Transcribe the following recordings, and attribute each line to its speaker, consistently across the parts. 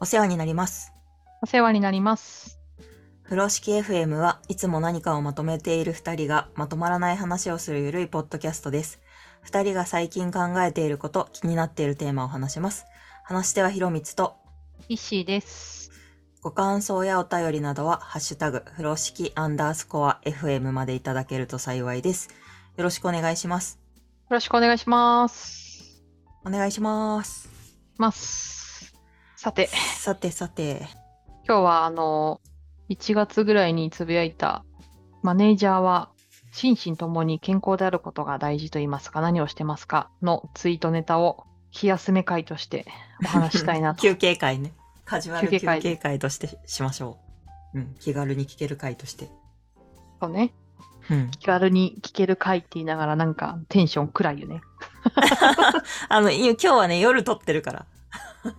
Speaker 1: お世話になります。
Speaker 2: お世話になります。
Speaker 1: 風呂敷 FM はいつも何かをまとめている2人がまとまらない話をするゆるいポッドキャストです。2人が最近考えていること、気になっているテーマを話します。話してはひろみつと、
Speaker 2: 石井です。
Speaker 1: ご感想やお便りなどは、ハッシュタグ、風呂敷アンダースコア FM までいただけると幸いです。よろしくお願いします。
Speaker 2: よろしくお願いします。
Speaker 1: お願いします。
Speaker 2: ます。さて、
Speaker 1: さてさて、
Speaker 2: 今日はあの、1月ぐらいにつぶやいた、マネージャーは、心身ともに健康であることが大事と言いますか、何をしてますかのツイートネタを、気休め会としてお話したい なと。
Speaker 1: 休憩会ね。カジュアル
Speaker 2: 休
Speaker 1: 休
Speaker 2: 憩会
Speaker 1: 憩会としてしましょう。うん、気軽に聞ける会として。
Speaker 2: そうね。
Speaker 1: うん。
Speaker 2: 気軽に聞ける会って言いながら、なんかテンション暗いよね。
Speaker 1: あの、い今日はね、夜撮ってるから。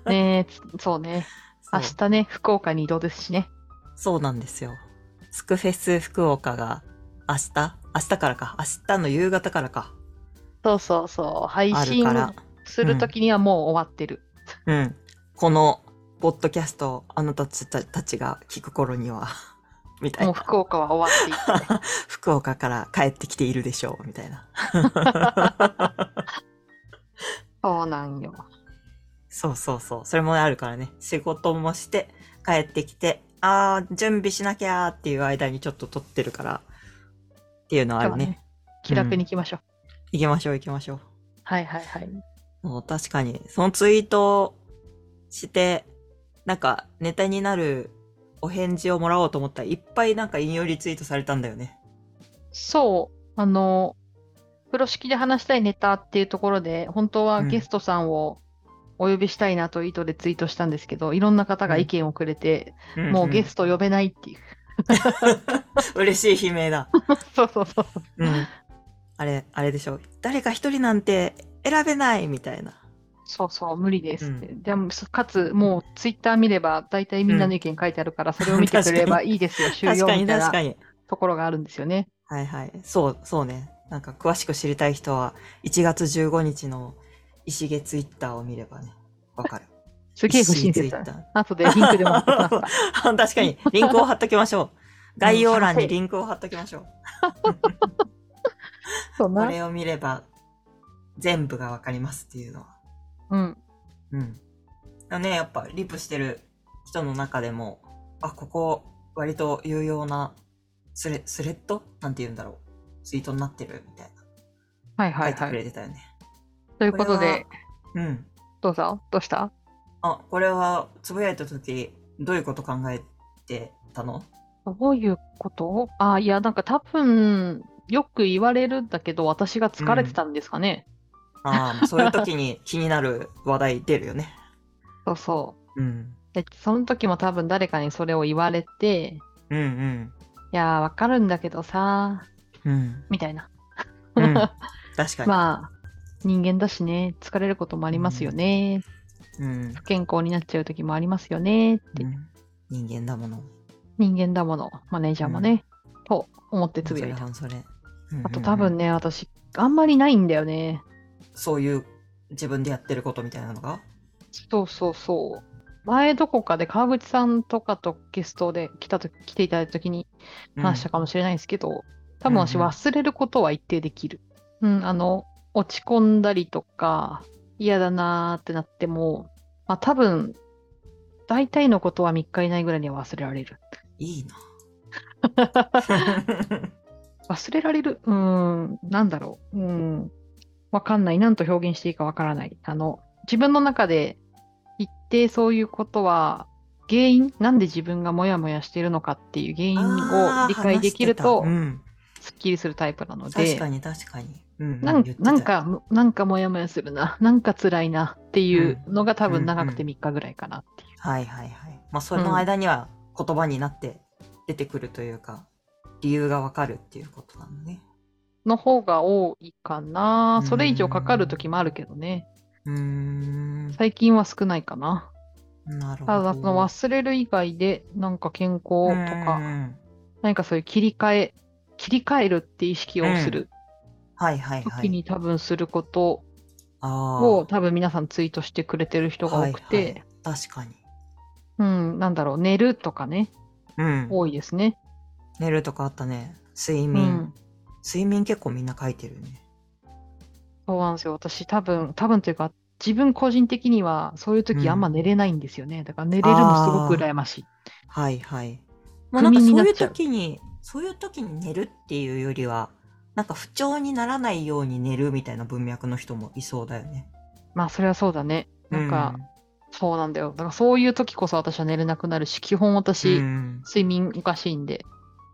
Speaker 2: ねえ、そうね。
Speaker 1: そう
Speaker 2: 明日ね、福岡に移動ですしね。
Speaker 1: そうなんですよ。スクフェス福岡が明日明日からか。明日の夕方からか。
Speaker 2: そうそうそう。配
Speaker 1: ある
Speaker 2: 信
Speaker 1: から。
Speaker 2: するときにはもう終わってる。
Speaker 1: うん。この、ポッドキャストをあなたたちが聞く頃には、 みたい
Speaker 2: もう
Speaker 1: な。
Speaker 2: 福岡は終わっていて、
Speaker 1: 福岡から帰ってきているでしょう、みたいな。
Speaker 2: そうなんよ。
Speaker 1: そうそうそう。それもあるからね。仕事もして、帰ってきて、あー、準備しなきゃーっていう間にちょっと撮ってるから、っていうのはあ
Speaker 2: 今日
Speaker 1: る
Speaker 2: は
Speaker 1: ね。
Speaker 2: ね気楽に行きましょう。
Speaker 1: 行きましょう、行きましょう。
Speaker 2: はいはいはい。
Speaker 1: もう確かに、そのツイートして、なんかネタになるお返事をもらおうと思ったらいっぱいなんか引用リツイートされたんだよね。
Speaker 2: そう、あの、風呂敷で話したいネタっていうところで、本当は
Speaker 1: うん
Speaker 2: ゲストさんをお呼びしたいなという意図でツイートしたんですけど、いろんな方が意見をくれて、もうゲスト呼べないっていう。
Speaker 1: ト。嬉しい悲鳴 だ。
Speaker 2: そうそうそうそう。
Speaker 1: うん。あれ、あれでしょ。誰か一人なんて選べないみたいな。
Speaker 2: そうそう、無理ですって。
Speaker 1: う
Speaker 2: でも、そかつ、もうツイッター見れば、大体みんなの意見書いてあるから、それを見てくれればいいですよ、終了
Speaker 1: 確かに
Speaker 2: みたい
Speaker 1: 確か
Speaker 2: な
Speaker 1: に。
Speaker 2: ところがあるんですよね。
Speaker 1: はいはい。そう、そうね。なんか詳しく知りたい人は1月15日の石毛ツイッターを見ればね、わかる。
Speaker 2: すげえ不
Speaker 1: 石毛
Speaker 2: 親
Speaker 1: ツ
Speaker 2: 切
Speaker 1: イッ
Speaker 2: だね
Speaker 1: タ。ー。
Speaker 2: 後でリンクでも貼っとき ま
Speaker 1: 確
Speaker 2: すか
Speaker 1: かに、リンクを貼っときましょう。概要欄にリンクを貼っときましょう。
Speaker 2: そう
Speaker 1: こ
Speaker 2: な。
Speaker 1: れを見れば、全部がわかりますっていうのは。
Speaker 2: うん。
Speaker 1: うん。だね、やっぱ、リプしてる人の中でも、あ、ここ、割と有用なスレ、スレッドなんて言うんだろう。ツイートになってるみたいな。
Speaker 2: はいは
Speaker 1: 書
Speaker 2: い
Speaker 1: いて
Speaker 2: は
Speaker 1: くれ
Speaker 2: い。
Speaker 1: てたよね。
Speaker 2: ということで、
Speaker 1: うん。
Speaker 2: どうぞ。どうした
Speaker 1: あ、これは、つぶやいたとき、どういうこと考えてたの
Speaker 2: どういうことあ、いや、なんか多分、よく言われるんだけど、私が疲れてたんですかね。
Speaker 1: ああ、そういう時に気になる話題出るよね。
Speaker 2: そうそう。
Speaker 1: うん。
Speaker 2: で、その時も多分誰かにそれを言われて、
Speaker 1: うんうん。
Speaker 2: いやー、わかるんだけどさ、
Speaker 1: うん。
Speaker 2: みたいな。
Speaker 1: うん、確かに。
Speaker 2: まあ、人間だしね、疲れることもありますよね。
Speaker 1: うん
Speaker 2: 不健康になっちゃう時もありますよね。って、
Speaker 1: 人間だもの。
Speaker 2: 人間だもの、マネージャーもね、と思ってつぶやいた。
Speaker 1: それ。
Speaker 2: あと多分
Speaker 1: ね、
Speaker 2: ね、私、あんまりないんだよね。
Speaker 1: そういう自分でやってることみたいなのが。
Speaker 2: そうそうそう。前どこかで川口さんとかとゲストで来たと来ていただいた時に話したかもしれないですけど、多分私
Speaker 1: うんうん
Speaker 2: 忘れることは一定できる。うん、あの、落ち込んだりとか、嫌だなーってなっても、まあ多分、大体のことは3日以内ぐらいには忘れられる。
Speaker 1: うんいい な。
Speaker 2: 忘れられるうーん、なんだろう。うーん、わかんない。なんと表現していいかわからない。あの、自分の中で一定そういうことは、原因、なんで自分がモヤモヤしているのかっていう原因
Speaker 1: あ
Speaker 2: を
Speaker 1: ー
Speaker 2: 理解できる
Speaker 1: 話し
Speaker 2: と
Speaker 1: てたう、ん
Speaker 2: すっきりするタイプなの
Speaker 1: 確
Speaker 2: で
Speaker 1: か、に確かに。うんうん
Speaker 2: なん
Speaker 1: 言ってた
Speaker 2: なんか、むなんかモヤモヤするな、なんか辛いなっていうのが多分長くて
Speaker 1: うん
Speaker 2: 3日ぐらいかなっていう。
Speaker 1: はいはいはい。まあ、その間には言葉になって出てくるというか、理由がわかるっていうことなのね。
Speaker 2: の方が多いかな。それ以上かかる時もあるけどね。
Speaker 1: うーん。
Speaker 2: 最近は少ないかな。
Speaker 1: なるほど。
Speaker 2: ただその忘れる以外でなんか健康と
Speaker 1: うんう
Speaker 2: か
Speaker 1: ん
Speaker 2: 何かそういう切り替え切り替えるって意識をする
Speaker 1: はいはいはい。
Speaker 2: 時に多分すること
Speaker 1: あー
Speaker 2: を多分皆さんツイートしてくれてる人が多く
Speaker 1: はいは
Speaker 2: て
Speaker 1: い確かに。
Speaker 2: うん、なんだろう、寝るとかね、
Speaker 1: うん。
Speaker 2: 多いですね。
Speaker 1: 寝るとかあったね。睡
Speaker 2: う
Speaker 1: 眠。
Speaker 2: ん。
Speaker 1: 睡眠結構みんな書いてるね。
Speaker 2: そうなんですよ。私、多分、多分というか、自分個人的には、そういう
Speaker 1: うん
Speaker 2: 時あんま寝れないんですよね。だから寝れるのすごく羨ましい。
Speaker 1: はいはい。まあなんか
Speaker 2: 不眠に
Speaker 1: そ
Speaker 2: な
Speaker 1: う
Speaker 2: っ
Speaker 1: いう
Speaker 2: ちゃう
Speaker 1: 時に、そういう時に寝るっていうよりは、なんか不調にならないように寝るみたいな文脈の人もいそうだよね。
Speaker 2: まあ、それはそうだね。なんか、そうなんだよ。だから、そういう時こそ私は寝れなくなるし、基本
Speaker 1: うん、
Speaker 2: 私、睡眠おかしいんで、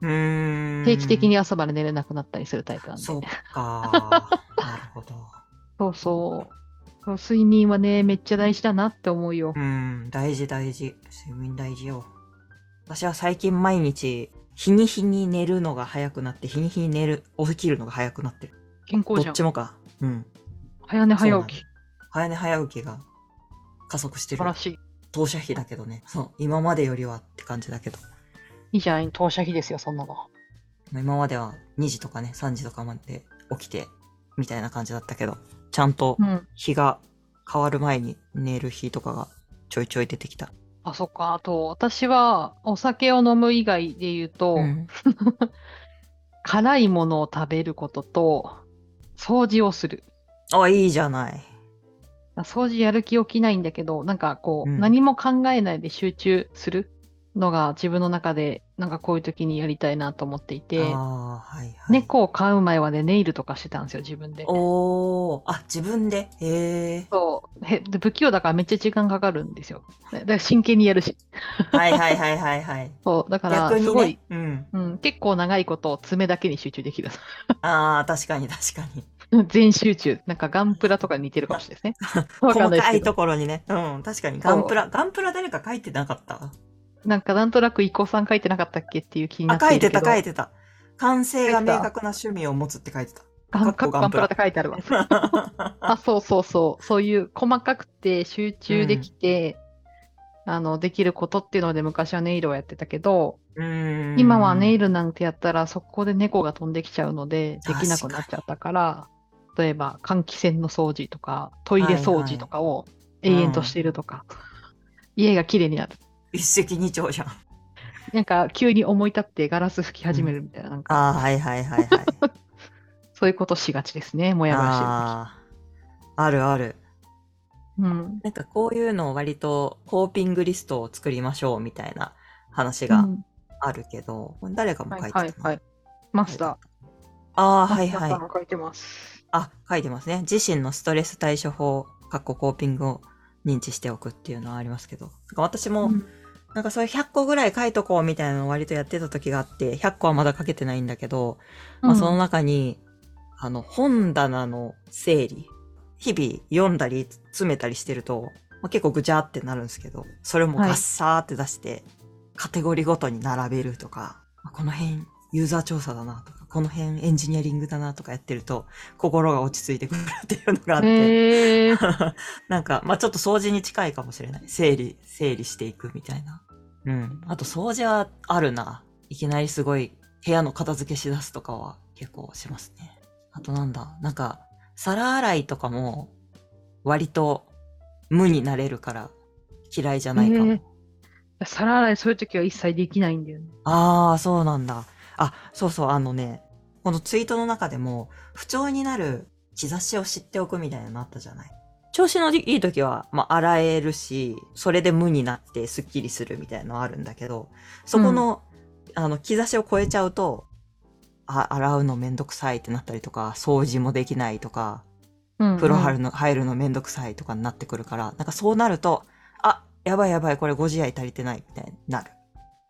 Speaker 1: うん、
Speaker 2: 定期的に朝まで寝れなくなったりするタイプなんで。
Speaker 1: そっか。 なるほど。
Speaker 2: そうそう。そう睡眠はね、めっちゃ大事だなって思うよ。
Speaker 1: うん、大事大事。睡眠大事よ。私は最近毎日、日に日に寝るのが早くなって、日に日に寝る、起きるのが早くなってる。
Speaker 2: 健康じ
Speaker 1: どっ
Speaker 2: ゃん
Speaker 1: ち。もか。うん。
Speaker 2: 早寝早起き。
Speaker 1: そ
Speaker 2: 素
Speaker 1: 早寝早起きが加速してる
Speaker 2: 晴。らしい。
Speaker 1: 当社費だけどね。そう。今までよりはって感じだけど。
Speaker 2: いいじゃん。投射費ですよ、そんなの。
Speaker 1: 今までは2時とかね、3時とかまで起きて、みたいな感じだったけど、ちゃんと
Speaker 2: うん。
Speaker 1: 日が変わる前に寝る日とかがちょいちょい出てきた。
Speaker 2: あ、そっか。あと、私は、お酒を飲む以外で言うと、
Speaker 1: うん
Speaker 2: 辛いものを食べることと、掃除をする。
Speaker 1: あ、いいじゃない。
Speaker 2: 掃除やる気起きないんだけど、なんかこう、
Speaker 1: うん
Speaker 2: 何も考えないで集中するのが自分の中で、なんかこういう時にやりたいなと思っていて、
Speaker 1: ああー、はいはい。。
Speaker 2: 猫を飼う前はね、ネイルとかしてたんですよ、自分で。。
Speaker 1: おー、あ、自分で。へえ
Speaker 2: そう。へで不器用だからめっちゃ時間かかるんですよ。だだから真剣にやるし。
Speaker 1: はいはいはいはいはい。
Speaker 2: そう。だから、
Speaker 1: 逆
Speaker 2: す
Speaker 1: に
Speaker 2: ごい、
Speaker 1: ね。うん。
Speaker 2: うん、結構長いこと爪だけに集中できる。
Speaker 1: ああ、確かに確かに。
Speaker 2: 全集中。なんかガンプラとかに似てるかもしれない ですね。わか
Speaker 1: 細
Speaker 2: んないです
Speaker 1: か
Speaker 2: け
Speaker 1: い
Speaker 2: ど。
Speaker 1: ところにね。うん、確かに。ガンプラ、ガンプラ誰か書いてなかった
Speaker 2: なんかなんとなく伊子さん書いてなかったっけっていう気にな
Speaker 1: あ
Speaker 2: っ、て
Speaker 1: 書い
Speaker 2: るけ
Speaker 1: て
Speaker 2: ど。
Speaker 1: た、書いてた。完成が
Speaker 2: 書いてた
Speaker 1: 明確な趣味を持つって書いてた。
Speaker 2: ガン
Speaker 1: かっこ
Speaker 2: ガンプ
Speaker 1: ガンプラ
Speaker 2: ラって書いてあるわ。 あ、そうそうそう。そういう細かくて集中できて、あの、できることっていうので昔はネイルをやってたけど、今
Speaker 1: 今
Speaker 2: はネイルなんてやったらそこで猫が飛んできちゃうので、
Speaker 1: 確
Speaker 2: で
Speaker 1: か
Speaker 2: き
Speaker 1: に
Speaker 2: なくなっちゃったから、例えば換気扇の掃除とか、トイレ掃除とかを
Speaker 1: い
Speaker 2: 永遠としているとか、家が綺麗になる。
Speaker 1: 一石二鳥じゃん。
Speaker 2: なんか急に思い立ってガラス吹き始めるみたいな、なんか
Speaker 1: ああ、はいはいはいは い。
Speaker 2: そういうことしがちですね、もやもやしてる時
Speaker 1: ああ、あるある。
Speaker 2: うん
Speaker 1: なんかこういうのを割とコーピングリストを作りましょうみたいな話が
Speaker 2: うん
Speaker 1: あるけど、これ誰かも
Speaker 2: は
Speaker 1: 書い
Speaker 2: い
Speaker 1: てた
Speaker 2: は
Speaker 1: な。
Speaker 2: いはい。マスタ
Speaker 1: ああ、
Speaker 2: ー。
Speaker 1: はいは
Speaker 2: マスター
Speaker 1: い
Speaker 2: さん。が書いてます。
Speaker 1: あ、書いてますね。自身のストレス対処法、かっこコーピングを認知しておくっていうのはありますけど、なんか私も、
Speaker 2: うん
Speaker 1: なんかそういう100個ぐらい書いとこうみたいなのを割とやってた時があって、100個はまだ書けてないんだけど、まあ、その中に、あの、本棚の整理、日々読んだり詰めたりしてると、まあ、結構ぐちゃってなるんですけど、それもガッサーって出して、カテゴリーごとに並べるとか、まあこの辺ユーザー調査だなとか、この辺エンジニアリングだなとかやってると、心が落ち着いてくるっていうのがあって、
Speaker 2: へえ
Speaker 1: なんか、まあちょっと掃除に近いかもしれない。整理、整理していくみたいな。うん。あと掃除はあるな。いきなりすごい部屋の片付けしだすとかは結構しますね。あとなんだ、なんか、皿洗いとかも割と無になれるから嫌いじゃないかも。
Speaker 2: へえ皿洗いそういう時は一切できないんだよね。
Speaker 1: ああ、そうなんだ。あ、そうそう、あのね、このツイートの中でも、不調になる兆しを知っておくみたいなのあったじゃない。調子のいい時は、まあ、洗えるし、それで無になってスッキリするみたいなのあるんだけど、そこの、あの、兆しを超えちゃうと、あ、洗うのめんどくさいってなったりとか、掃除もできないとか、
Speaker 2: うん
Speaker 1: 風呂入る
Speaker 2: うん
Speaker 1: の、入るのめんどくさいとかになってくるから、なんかそうなると、あ、やばいやばい、これご自愛足りてないみたいになる。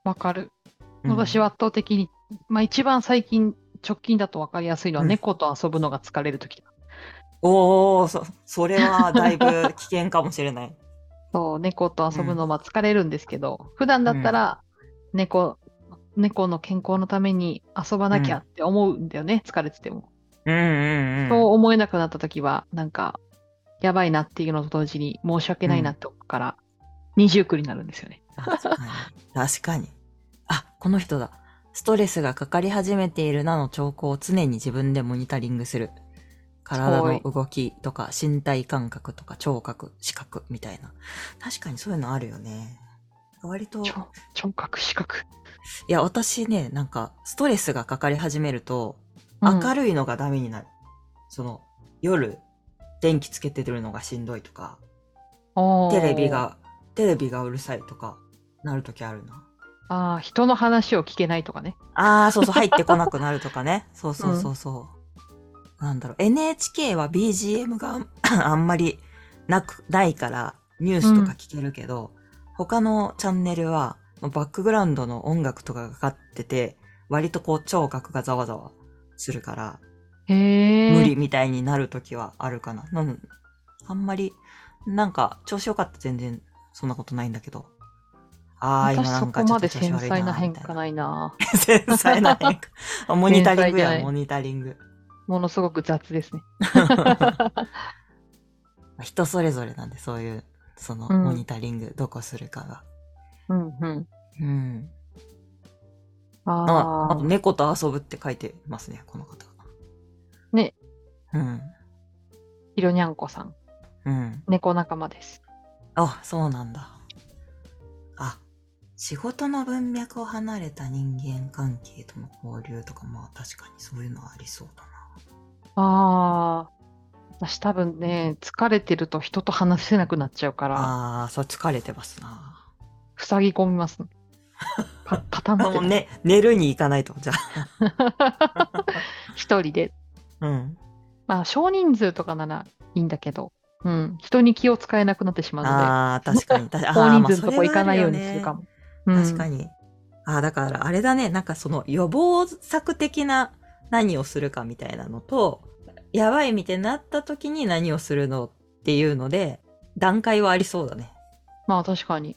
Speaker 2: わかる。
Speaker 1: うん
Speaker 2: 私は圧倒的に、まあ一番最近、直近だとわかりやすいのは
Speaker 1: うん
Speaker 2: 猫と遊ぶのが疲れる時だ。
Speaker 1: おお、そ、それはだい ぶ危険かもしれない。
Speaker 2: そう、猫と遊ぶのは疲れるんですけど、普段だったら猫、猫の健康のために遊ばなきゃって思うんだよね、疲れてても。
Speaker 1: うんうんうん。
Speaker 2: そう思えなくなった時は、なんか、やばいなっていうのと同時に申し訳ないなって思うから、二重苦になるんですよね。
Speaker 1: 確かに。確かに。あ、この人だ。ストレスがかかり始めているなの兆候を常に自分でモニタリングする。体の動きとか身体感覚とか聴覚、視覚みたいな。確かにそういうのあるよね。割と、い
Speaker 2: 聴聴覚、視覚。
Speaker 1: や、私ね、なんか、ストレスがかかり始めると、
Speaker 2: うん
Speaker 1: 明るいのがダメになる。その、夜、電気つけてるのがしんどいとか、
Speaker 2: おー
Speaker 1: テレビ。が、テレビがうるさいとか、なるときあるな。
Speaker 2: ああ、人の話を聞けないとかね。
Speaker 1: ああ、そうそう、入ってこなくなるとかね。 そうそうそうそう。なんだろう、NHK は BGM があ んあんまりなく、ないから、ニュースとか聞けるけど、他のチャンネルは、バックグラウンドの音楽とかがかかってて、割とこう、聴覚がざわざわするから、
Speaker 2: へえ。
Speaker 1: 無理。みたいになるときはあるかな。うん。あんまり、なんか、調子よかったら全然、そんなことないんだけど。ああ、今
Speaker 2: 私
Speaker 1: な
Speaker 2: そ
Speaker 1: んか
Speaker 2: こ
Speaker 1: ちょ
Speaker 2: ま
Speaker 1: っ
Speaker 2: で
Speaker 1: と調
Speaker 2: 繊
Speaker 1: 子悪いな
Speaker 2: 細な
Speaker 1: み
Speaker 2: 変
Speaker 1: たい
Speaker 2: 化
Speaker 1: な。
Speaker 2: ないな。
Speaker 1: 繊 細な変化。あモニタリング
Speaker 2: 繊細じゃな
Speaker 1: や、
Speaker 2: い
Speaker 1: モニタリング。
Speaker 2: ものすごく雑で すね。
Speaker 1: 人それぞれなんで、そういう、その、
Speaker 2: うん
Speaker 1: モニタリング、どこするかが。
Speaker 2: うんうん。
Speaker 1: うん。あ
Speaker 2: あ
Speaker 1: あと、
Speaker 2: あ。
Speaker 1: 猫と遊ぶって書いてますね、この方。
Speaker 2: ね。
Speaker 1: うん。
Speaker 2: ひろにゃんこさん。
Speaker 1: うん。
Speaker 2: 猫仲間です。
Speaker 1: あ、そうなんだ。あ、仕事の文脈を離れた人間関係との交流とか、まあ確かにそういうのはありそうだな。
Speaker 2: ああ。私多分ね、疲れてると人と話せなくなっちゃうから、
Speaker 1: ああー、そう疲れてますな。
Speaker 2: 塞ぎ込みます、ね。か 固ま
Speaker 1: あ
Speaker 2: って
Speaker 1: もう
Speaker 2: る。
Speaker 1: ね、寝るに行かないと、じゃ
Speaker 2: 一人で。
Speaker 1: あ。うん。
Speaker 2: まあ、少人数とかならいいんだけど、うん。人に気を使えなくなってしまうので。
Speaker 1: ああ、確か に。確かにあ
Speaker 2: 大
Speaker 1: ー
Speaker 2: 人
Speaker 1: まあ
Speaker 2: 数
Speaker 1: そ
Speaker 2: のと
Speaker 1: れ
Speaker 2: こ
Speaker 1: は
Speaker 2: 行かないように
Speaker 1: あ
Speaker 2: す
Speaker 1: る
Speaker 2: る
Speaker 1: ね
Speaker 2: かも。うん
Speaker 1: 確かに。ああ、だからあれだね。なんかその予防策的な何をするかみたいなのと、やばいみたいになった時に何をするのっていうので、段階はありそうだね。
Speaker 2: まあ確かに。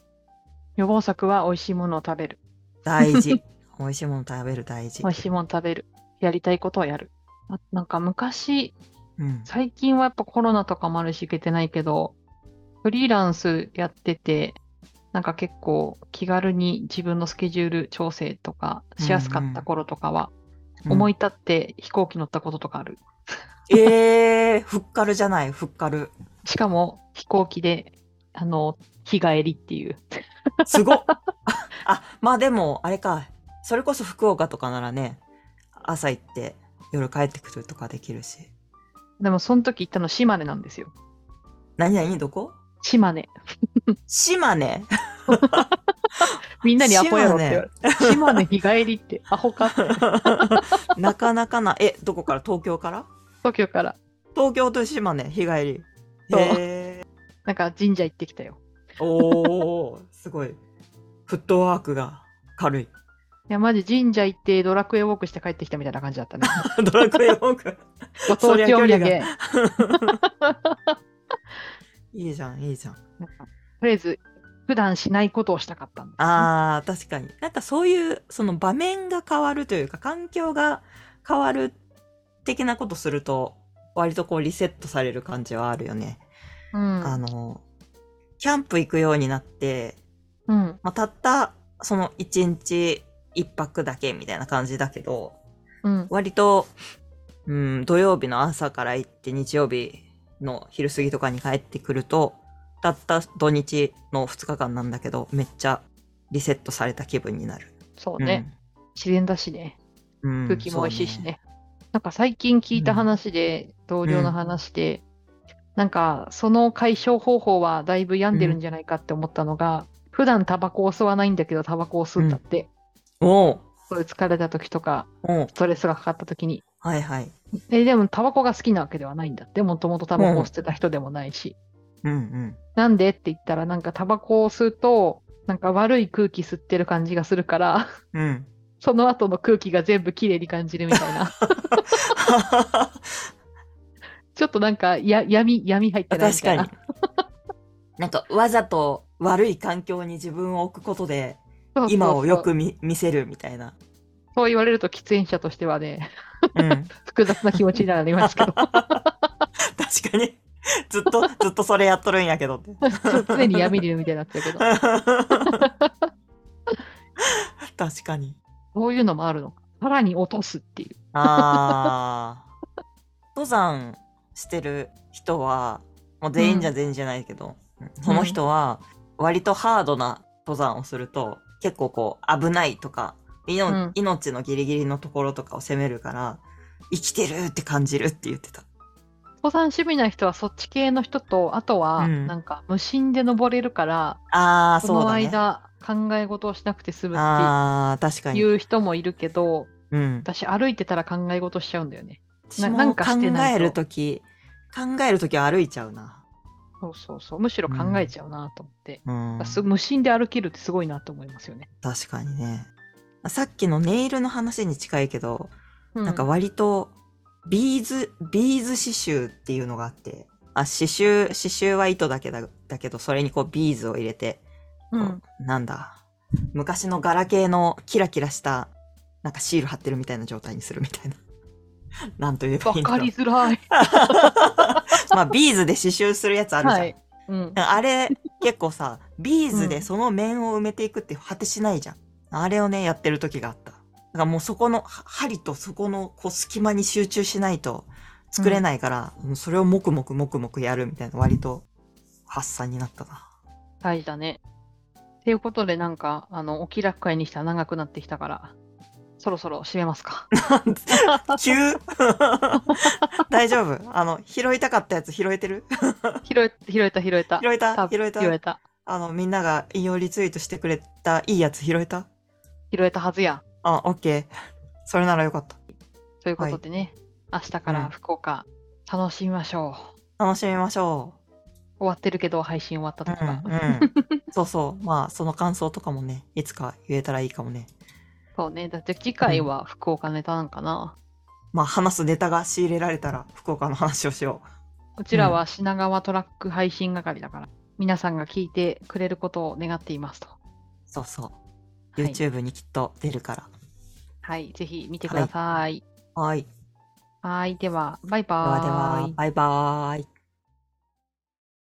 Speaker 2: 予防策は美味しいものを食べる。
Speaker 1: 大 事。美味しいもの食べる大事
Speaker 2: 美。味しいものを食べる。やりたいことはやる。あなんか昔、
Speaker 1: うん。
Speaker 2: 最近はやっぱコロナとかもあるし行けてないけど、フリーランスやってて、なんか結構気軽に自分のスケジュール調整とかしやすかった頃とかは、思い立って飛行機乗ったこととかある。
Speaker 1: うんええー、ふっかるじゃない、ふっかる。
Speaker 2: しかも飛行機で、あの、日帰りっていう。
Speaker 1: す ごっあ、まあでも、あれか。それこそ福岡とかならね、朝行って夜帰ってくるとかできるし。
Speaker 2: でもその時行ったの島根なんですよ。
Speaker 1: 何々どこ
Speaker 2: 島根。
Speaker 1: 島 根。
Speaker 2: みんなにアホやろって言われて。島根日帰りって、アホかって。
Speaker 1: なかなかな。え、どこから東京から
Speaker 2: 東京から。
Speaker 1: 東京と島根、日帰り。
Speaker 2: そう
Speaker 1: へえ。
Speaker 2: なんか神社行ってきたよ。
Speaker 1: おー、すごい。フットワークが軽い。
Speaker 2: いや、マジ神社行ってドラクエウォークして帰ってきたみたいな感じだったね。
Speaker 1: ドラクエウォーク。
Speaker 2: ご 当地お
Speaker 1: そ
Speaker 2: 土
Speaker 1: りゃ距離
Speaker 2: 産。
Speaker 1: が
Speaker 2: なんか
Speaker 1: いいじゃん、いいじゃん。
Speaker 2: とりあえず、普段しないことをしたかったんです、
Speaker 1: あー、確かに。なんかそういう、その場面が変わるというか、環境が変わる的なことすると、割とこうリセットされる感じはあるよね。あ
Speaker 2: あ。
Speaker 1: の、キャンプ行くようになって、
Speaker 2: うん。うん。
Speaker 1: まあ、たったその1日1泊だけみたいな感じだけど
Speaker 2: うん。
Speaker 1: 割と、うん、土曜日の朝から行って日曜日の昼過ぎとかに帰ってくるとたった土日の2日間なんだけどめっちゃリセットされた気分になる。
Speaker 2: そうね、自然だしね。
Speaker 1: うん、うん
Speaker 2: 空気も美味しいしね。。なんか最近聞いた話で、同僚の話で、なんかその解消方法はだいぶ病んでるんじゃないかって思ったのが、普段タバコを吸わないんだけどタバコを吸うんだって、
Speaker 1: そうねおう
Speaker 2: そういう疲れた時とか
Speaker 1: おう
Speaker 2: ストレスがかかった時に
Speaker 1: はいはい。
Speaker 2: えでもタバコが好きなわけではないんだってもともとタバコを吸ってた人でもないし、
Speaker 1: うんうん。
Speaker 2: なんでって言ったらなんかタバコを吸うとなんか悪い空気吸ってる感じがするから
Speaker 1: うん。
Speaker 2: その後の空気が全部きれいに感じるみたい なちょっとなんかや闇闇入ってないみ
Speaker 1: 確
Speaker 2: た
Speaker 1: か
Speaker 2: いな
Speaker 1: に。 なんかわざと悪い環境に自分を置くことで
Speaker 2: そうそうそう
Speaker 1: 今をよく見見せるみたいな。
Speaker 2: そう言われると喫煙者としてはね、
Speaker 1: うん、
Speaker 2: 複雑な気持ちになりますけ ど、
Speaker 1: 確かに。ずっ と、ずっとそれやっとるんやけどって。
Speaker 2: 常に闇にいるみたいになっちゃうけど、
Speaker 1: 確かに。
Speaker 2: そういうのもあるのか。さらに落とすっていう。
Speaker 1: ああ。登山してる人は、もう全員じゃ全員じゃないけど、その人は、割とハードな登山をすると結構こう危ないとかいの
Speaker 2: うん
Speaker 1: 命のギリギリのところとかを攻めるから生きてるって感じるって言ってた。
Speaker 2: 登山趣味な人はそっち系の人と、あとは
Speaker 1: うん
Speaker 2: なんか無心で登れるから、
Speaker 1: ああ
Speaker 2: そ
Speaker 1: そう
Speaker 2: の
Speaker 1: だね。
Speaker 2: 間考え事をしなくて済むっ
Speaker 1: ああ確か
Speaker 2: て
Speaker 1: に。
Speaker 2: いう人もいるけど、
Speaker 1: うん、
Speaker 2: 私歩いてたら考え事しちゃうんだよね。
Speaker 1: 私も
Speaker 2: なんかして
Speaker 1: 考
Speaker 2: ないと
Speaker 1: えるとき考えるときは歩いちゃうな。
Speaker 2: そうそうそう。むしろ考えちゃうなと思って。
Speaker 1: うん、
Speaker 2: す無心で歩けるってすごいなと思いますよね。
Speaker 1: 確かにね。さっきのネイルの話に近いけど、
Speaker 2: な
Speaker 1: なんか割とビーズ、ビーズ刺繍っていうのがあって、あ、刺繍、刺繍は糸だけだだけど、それにこうビーズを入れて、
Speaker 2: う
Speaker 1: こ
Speaker 2: ん、
Speaker 1: うなんだ、昔のガラケーのキラキラした、なんかシール貼ってるみたいな状態にするみたいな。 なんと言えばいい
Speaker 2: わ
Speaker 1: んだ
Speaker 2: か
Speaker 1: ろ
Speaker 2: り
Speaker 1: う。
Speaker 2: づらい。
Speaker 1: まあビーズで刺繍するやつあるじゃん。
Speaker 2: はい。うん。
Speaker 1: あれ、結構 さ、ビーズでその面を埋めていくって果てしないじゃん。あれをね、やってる時があった。だからもうそこの、は針とそこのこう隙間に集中しないと作れないから、もうそれをもくもくもくもくやるみたいな割と発散になったな。
Speaker 2: 大事だね。ということで、なんか、あの、お気楽会にしたら長くなってきたから、そろそろ締めま すか。
Speaker 1: 急 大丈夫あの、拾いたかったやつ拾えてる
Speaker 2: 拾え拾えた、拾えた。
Speaker 1: 拾え
Speaker 2: 多
Speaker 1: た
Speaker 2: 分
Speaker 1: 拾えた
Speaker 2: 拾えた。
Speaker 1: あの、みんなが引用リツイートしてくれたいいやつ拾えた
Speaker 2: 拾えたはずや。
Speaker 1: あ、オッケー。それならよかった。
Speaker 2: ということでね、明日から福岡、楽しみましょう。
Speaker 1: 楽しみましょう。
Speaker 2: 終わってるけど、配信終わった時は。
Speaker 1: うんうん、そうそうまあその感想とかもねいつか言えたらいいかもね
Speaker 2: そうね。だって次回は福岡ネタなんかな。
Speaker 1: まあ話すネタが仕入れられたら福岡の話をしよ
Speaker 2: うちらは品川トラック配信係だから、皆さんが聞いてくれることを願っていますと。
Speaker 1: うそうそう
Speaker 2: はい
Speaker 1: YouTube にきっと出るから
Speaker 2: はい、ぜひ見てください。
Speaker 1: はい
Speaker 2: はい、では、バイ
Speaker 1: で
Speaker 2: バーイ。
Speaker 1: はではバイバーイ